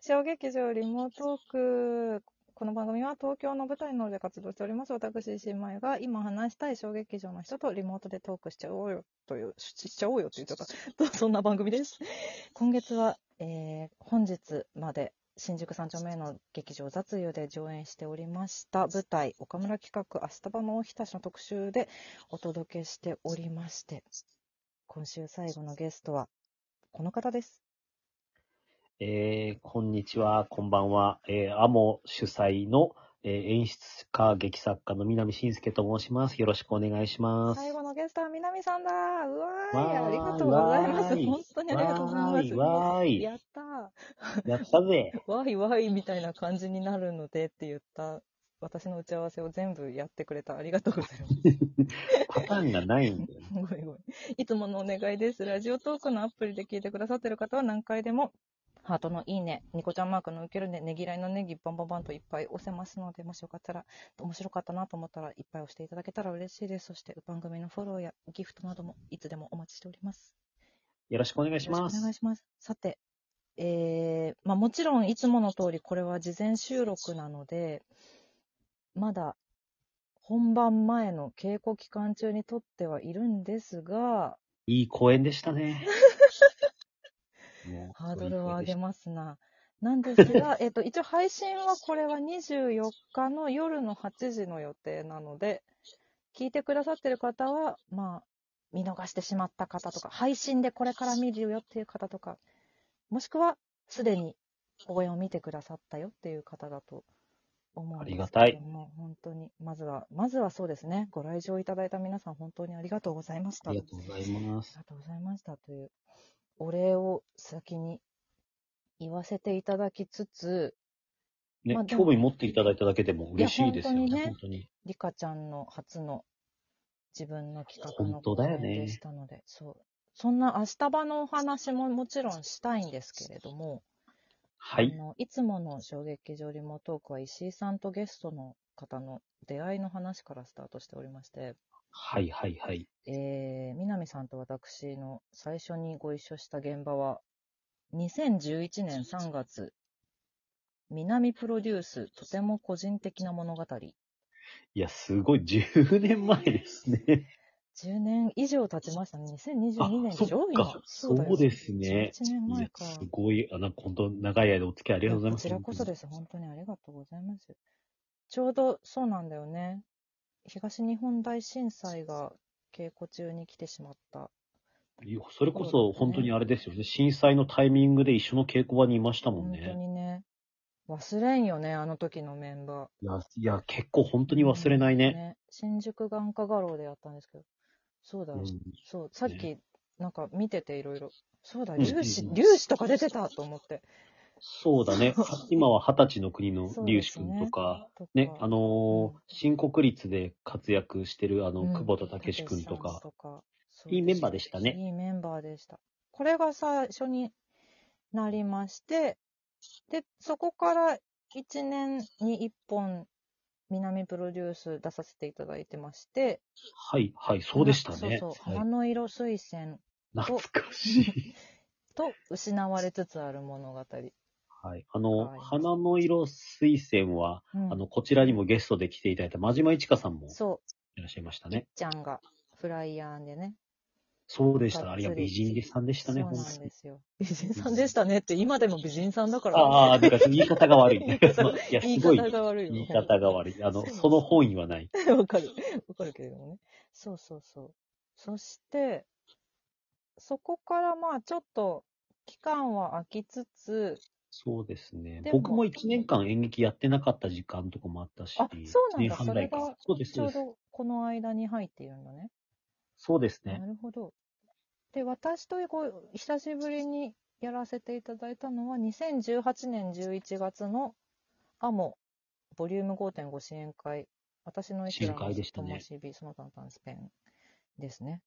小劇場リモートーク。この番組は東京の舞台などで活動しております。私、新米が今話したい小劇場の人とリモートでトークしちゃおうよという、ししちゃおうよって言っちゃった。とそんな番組です。今月は、えー本日まで新宿三丁目の劇場雑湯で上演しておりました舞台、岡村企画、明日場のおひたしの特集でお届けしておりまして、今週最後のゲストは、この方です。えーこんにちは、こんばんは。えー、アモ主催の、えー演出家、劇作家の南信介と申します。よろしくお願いします。最後のゲストは南さんだ。うわーい。わーあいりがとうございます。わーい本当にありがとうございます。わーい、わやったー。ーい。やったぜ。わーいわーいみたいな感じになるのでって言った私の打ち合わせを全部やってくれた。ありがとうございます。パターンがないんだよね。すごいごい。いつものお願いです。ラジオトークのアプリで聞いてくださってる方は何回でも、ハートのいいね、ニコちゃんマークの受けるね、ねぎらいのネギバンバンバンといっぱい押せますので、もしよかったら、面白かったなと思ったらいっぱい押していただけたら嬉しいです。そして番組のフォローやギフトなどもいつでもお待ちしております。よろしくお願いしまよろくお願いす。します。さて、えーまあ、もちろんいつもの通りこれは事前収録なので、まだ本番前の稽古期間中に撮ってはいるんですが、いい公演でした ね。もうハードルを上げいい公演でし。ますな。なんですが、えっと、一応配信はこれは24日の夜の8時の予定なので、聞いてくださってる方は、まあ、見逃してしまった方とか、配信でこれから見るよっていう方とか、もしくは、すでに応援を見てくださったよっていう方だと思うんですけれども、本当に、まずは、まずはそうですね、ご来場いただいた皆さん、本当にありがとうございましたたあり。がとうございまありす。がとうございましたというお礼を先に言わせていただきつつ、ね、まあでも興味持っていただいただけでも嬉しいですよね。いや本本当に。リカちゃんの初の自分の企画の本当だよね公演でしたので、そう。そんな明日場のお話ももちろんしたいんですけれども、はあい。のいつもの衝撃上リモトークは石井さんとゲストの方の出会いの話からスタートしておりまして、はい、はい、はい。えー、南さんと私の最初にご一緒した現場は、2011年3月、南プロデュース、とても個人的な物語。10いや、すごい。10年前ですね。年以上経ちましたね。2022年そっ上位かの。そうですね。 1年いや前か。すごい、あの、本当長い間お付き合いありがとうございます。こちらこそです。本当にありがとうございます。ちょうどそうなんだよね。東日本大震災が稽古中に来てしまった。いやそれこそ、本当にあれですよね。震災のタイミングで一緒の稽古場にいましたもん本当ね。にね。忘れんよね、あの時のメンバー。いや、いや結構本当に忘れないね。新宿眼科画廊でやったんですけど、そうだ、うんそう、さっき、なんか見てていろいろ、そうだ、うん粒子、うんうん粒子とか出てたと思って。そ うだね。今は二十歳の国のそう龍で志すくねんとか、とかね、あのーうん新国立で活躍してる、あの、うん久保田武志くんとたけしさか、そういいメンバーでしたね。いいメンバーでした。これが最初になりまして、で、そこから1年に1本、南プロデュース出させていただいてまして、はい、はい、そうでしたね。そうそう、は花いの色推薦懐かしい。と失われつつある物語。はい。あの、 はい花の色推薦は、うんあの、こちらにもゲストで来ていただいた真島一華さんもそいらっしゃいましたう、いっね。ちゃんがフライヤーでね。そうでしがた。っあつれりが美人さんでしたね、そうなん本当でにすよ。美人さんでしたねって、今でも美人さんだから、ああ、なんか言い方が悪い。 言い方がいや、言すいご方い。が悪いよ。言い方が悪い。あその、うその本意はない。わかる。わかるけれどもね。そうそうそう。そして、そこからまあちょっと期間は空きつつ、そうですねで。も僕も1年間演劇やってなかった時間とかもあったし、あそうなんだ一年半ぐらいそれがか。そうです、ちそうょうです。どこの間に入っているんだね。そうですねな。るほど。で、私とこう久しぶりにやらせていただいたのは、2018年11月のアモボリューム5.5支援会、私の一覧支援会でしたね灯火その他の短スペンですね。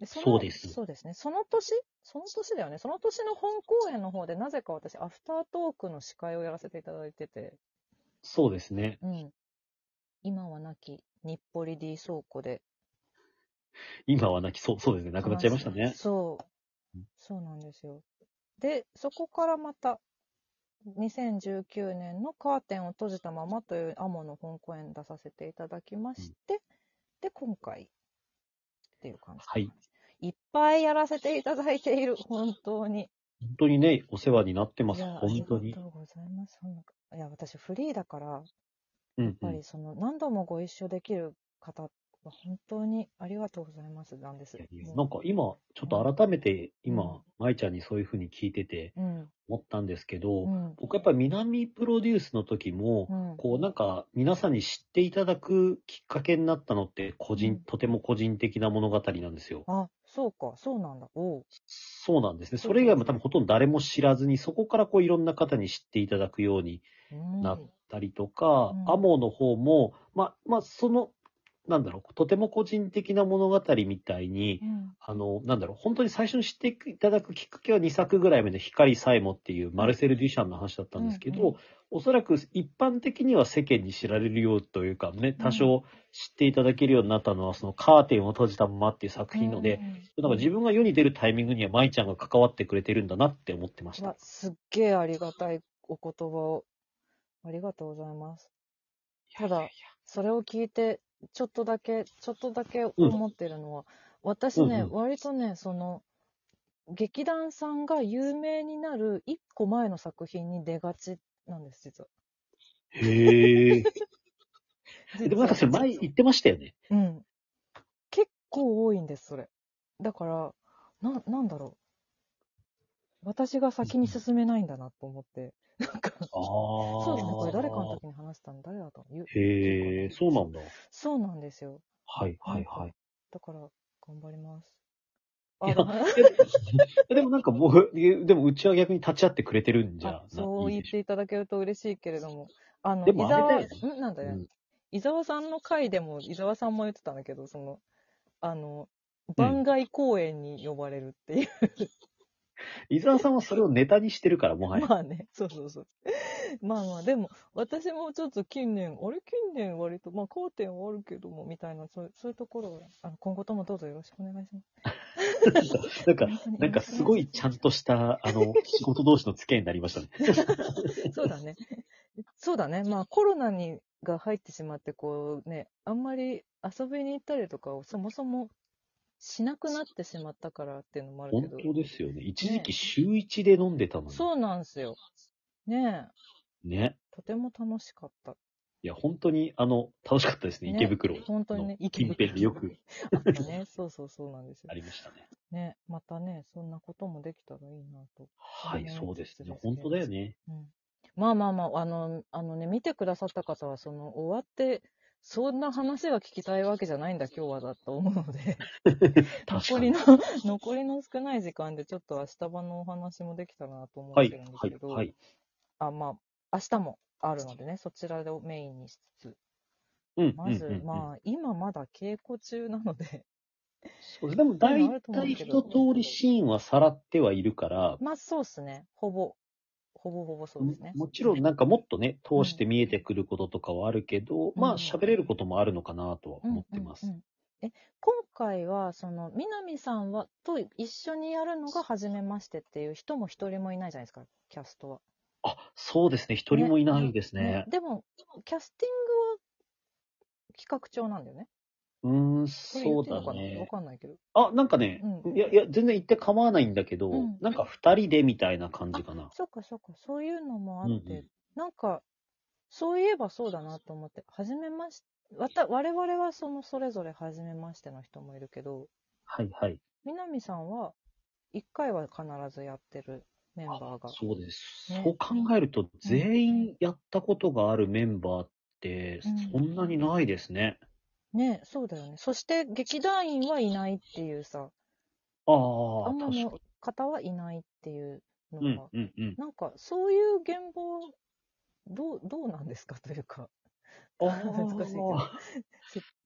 でそそうですそうですね。その年その年だよね。その年の本公演の方で、なぜか私、アフタートークの司会をやらせていただいてて、そうですね。うん。今は亡き日暮里 D 倉庫で今はなき、そう、そうですね。なくなっちゃいましたね。そううん。そうなんですよ。で、そこからまた、 2019年の「カーテンを閉じたまま」というアモの本公演出させていただきまして、で今回っていう感じ、はい、いっぱいやらせていただいている本当に本当にね、お世話になってます。いや本当あり。にがとうございますそんないや私フリーだからやっうん、うぱん。りその何度もご一緒できる方は本当にありがとうございますなんですいやいやもうなんか今、ちょっと改めて、う今ん、舞ちゃんにそういうふうに聞いててうん思ったんですけど、うん僕やっぱり南プロデュースの時も、うんこうなんか皆さんに知っていただくきっかけになったのって個人、うんとても個人的な物語なんですよ。あそうかそうなんだおうそうなんですね。そうそれ以外も多分ほとんど誰も知らずに、そこからこういろんな方に知っていただくようにうんなったりとか、うんアモの方も、まあ、まあ、その、なんだろう、とても個人的な物語みたいに、うんあの、なんだろう、本当に最初に知っていただくきっかけは2作ぐらい目の光サイモっていうマルセル・デュシャンの話だったんですけど、うんうんおそらく一般的には世間に知られるようというかね、うん多少知っていただけるようになったのは、そのカーテンを閉じたままっていう作品ので、なんか自分が世に出るタイミングには舞ちゃんが関わってくれてるんだなって思ってましうわた。すっげえありがたいお言葉をありがとうございますただそれを聞いてちょっとだけちょっとだけ思ってるのは、私ね、うんうん割とねその劇団さんが有名になる一個前の作品に出がちなんです実はへえ。実はでもなんかそれ前言ってましたよね。うん結構多いんですそれだからななんだろう私が先に進めないんだなと思って なんかああ。そそうですね、これ誰かの時に話したの誰だったのゆへえ、そうなんだ。そうなんですよ。はい、はい、はい。だから、頑張ります。いやだ から でもなんか僕、でもうちは逆に立ち会ってくれてるんじゃあそうい言いっでしょていただけると嬉しいけれども、あの、で伊も沢、あれだよんなんだね、うん伊沢さんの回でも、伊沢さんも言ってたんだけど、その、あの、番外公演に呼ばれるっていう。伊沢さんはそれをネタにしてるから、もはや。まあね、 そうそうそう。まあまあ、でも、私もちょっと近年、あれ近年割と、まあ、好点はあるけども、みたいな、そうそういうところはあの、今後ともどうぞよろしくお願いします。なんか、なんかすごいちゃんとした、あの、仕事同士の付き合いになりました ね。そうだね。そうだね。まあコロナにが入ってしまって、こうね、あんまり遊びに行ったりとかをそもそもしなくなってしまったからっていうのもある本けど。当ですよね。一時期週一で飲んでたのに。そうなんですよ。ねえ、ね。とても楽しかった。いや、本当に、あの、楽しかったですね。ね池袋。本当にね、近辺でよく。あったね。 そうそうそうなんですよあ。りましたね。ね、またね、そんなこともできたらいいなと。はい、そうですね。本当だよね。うんまあまあまあ、あの、あのね、見てくださった方は、その、終わって、そんな話は聞きたいわけじゃないんだ、今日はだと思うので、 確残かりに。の、残りの少ない時間で、ちょっと明日場のお話もできたらなと思っはているんで、はすけい、ど、はい。あ、まあ、明日もあるのでね、そちらをメインにしつつ、うん、うん、まず、うん。まあ、今まだ稽古中なので、そうですでも大体一通りシーンはさらってはいるから、まあ、そうっすね、ほぼ、ほぼほぼそうですね。もちろんなんかもっとね、通して見えてくることとかはあるけうど、んまあ喋れることもあるのかなとはうん思ってます。うんうんえ今回はその南さんはと一緒にやるのが初めましてっていう人も一人もいないじゃないですかキャストは、あ、そうですね。一人もいないですね。でもキャスティングは企画長なんだよねうーこれん、言そっうていいのだかな、わね。かんないけどあ、なんかね、うんいやいや、全然言って構わないんだけど、うんなんか二人でみたいな感じかな。そうかそうかそういうのもあっうんて、うんなんかそういえばそうだなと思って初めましてわた我々はそのそれぞれ初めましての人もいるけどはいはい。南さんは1回は必ずやってるメンバーがそうです。ねそう考えると、全員やったことがあるメンバーって、うそんんなにないですね。ねそうだよね。そして劇団員はいないっていうさ、あああ、んま確かの方はいないっていうのに。うんが、、うん、うん。なんかそういう現場、どう、どうなんですかと いうか、あ難しいけどあ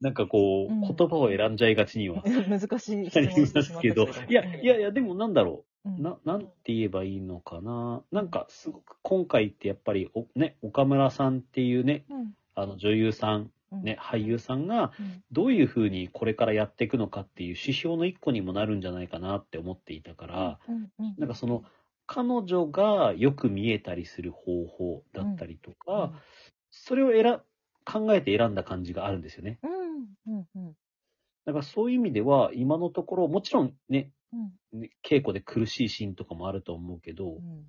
なんかこうう、ん言葉を選んじゃいがちには難しい質なり問をしてましすまったけど、いや、いやいや、や、でもなんだろうんう。な、なんて言えばいいのかな。なんか、すごく、今回ってやっぱり、お、ね、岡村さんっていうね、うんあの、女優さん、うんね、俳優さんが、うんどういうふうにこれからやっていくのかっていう指標の一個にもなるんじゃないかなって思っていたから、うんうんなんかその、彼女がよく見えたりする方法だったりとか、うんそれを選、考えて選んだ感じがあるんですよね。うん、うん、うん、だからそういう意味では、今のところ、もちろんね、うん、ね稽古で苦しいシーンとかもあると思うけど、うん、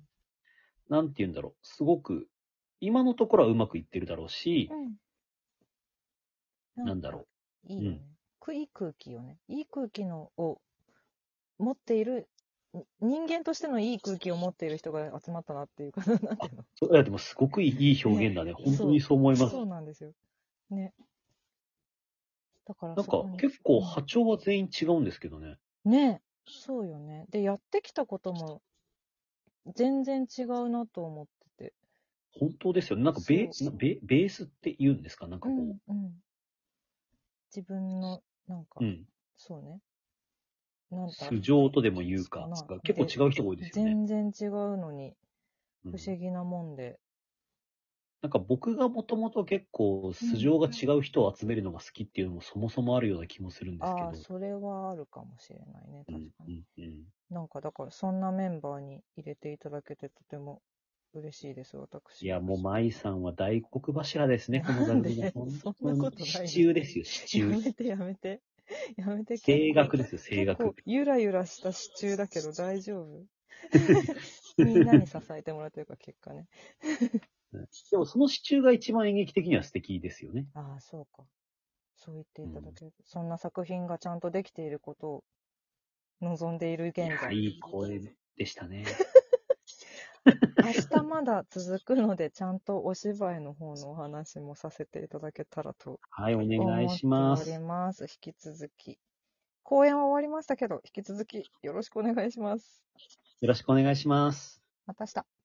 なんて言うんだろう、すごく、今のところはうまくいってるだろうしう、ん。なんだろいいよね。くいい空気よね。いい空気のを持っている、に人間としてのいい空気を持っている人が集まったなっていうか、なんていうのう。いや、でもすごくいいいい表現だね。本当にそう思います。そうなんですよ。ね。だからなんそかこに結構波長は全員違うんですけどね。ねそうよね。で、やってきたことも全然違うなと思ってて。本当ですよね。なんかベそうーベベースって言うんですかなんかうこんう。、うん。自分の、なんか、うん。そうね。なんだ素性とでも言うかそうかな。結構違う人が多いですよね。全然違うのに、うん不思議なもんで。なんか僕がもともと結構素性が違う人を集めるのが好きっていうのもそもそもあるような気もするんですけあどあ、。それはあるかもしれないね、うん確かに。うんうんなんか、だから、そんなメンバーに入れていただけて、とても嬉しいです、私。いや、もう、舞さんは大黒柱ですね、このな座組んでが。そんなことない支柱ですよ、支や柱。めて、やめて。 やめて。。声楽ですすよ、声楽。結構、ゆらゆらした支柱だけど、大丈 夫みんなに支えてもらってるから、結果ね。でもその支柱が一番演劇的には素敵ですよね。ああ、そうか。そう言っていただけると、そんな作品がちゃんとできていることを望んでいる現いや、在。いい声でしたね。明日まだ続くので、ちゃんとお芝居の方のお話もさせていただけたらとはい、お思願いってしまおすり。ます。引き続き。公演は終わりましたけど、引き続きよろしくお願いします。よろしくお願いします。また明日。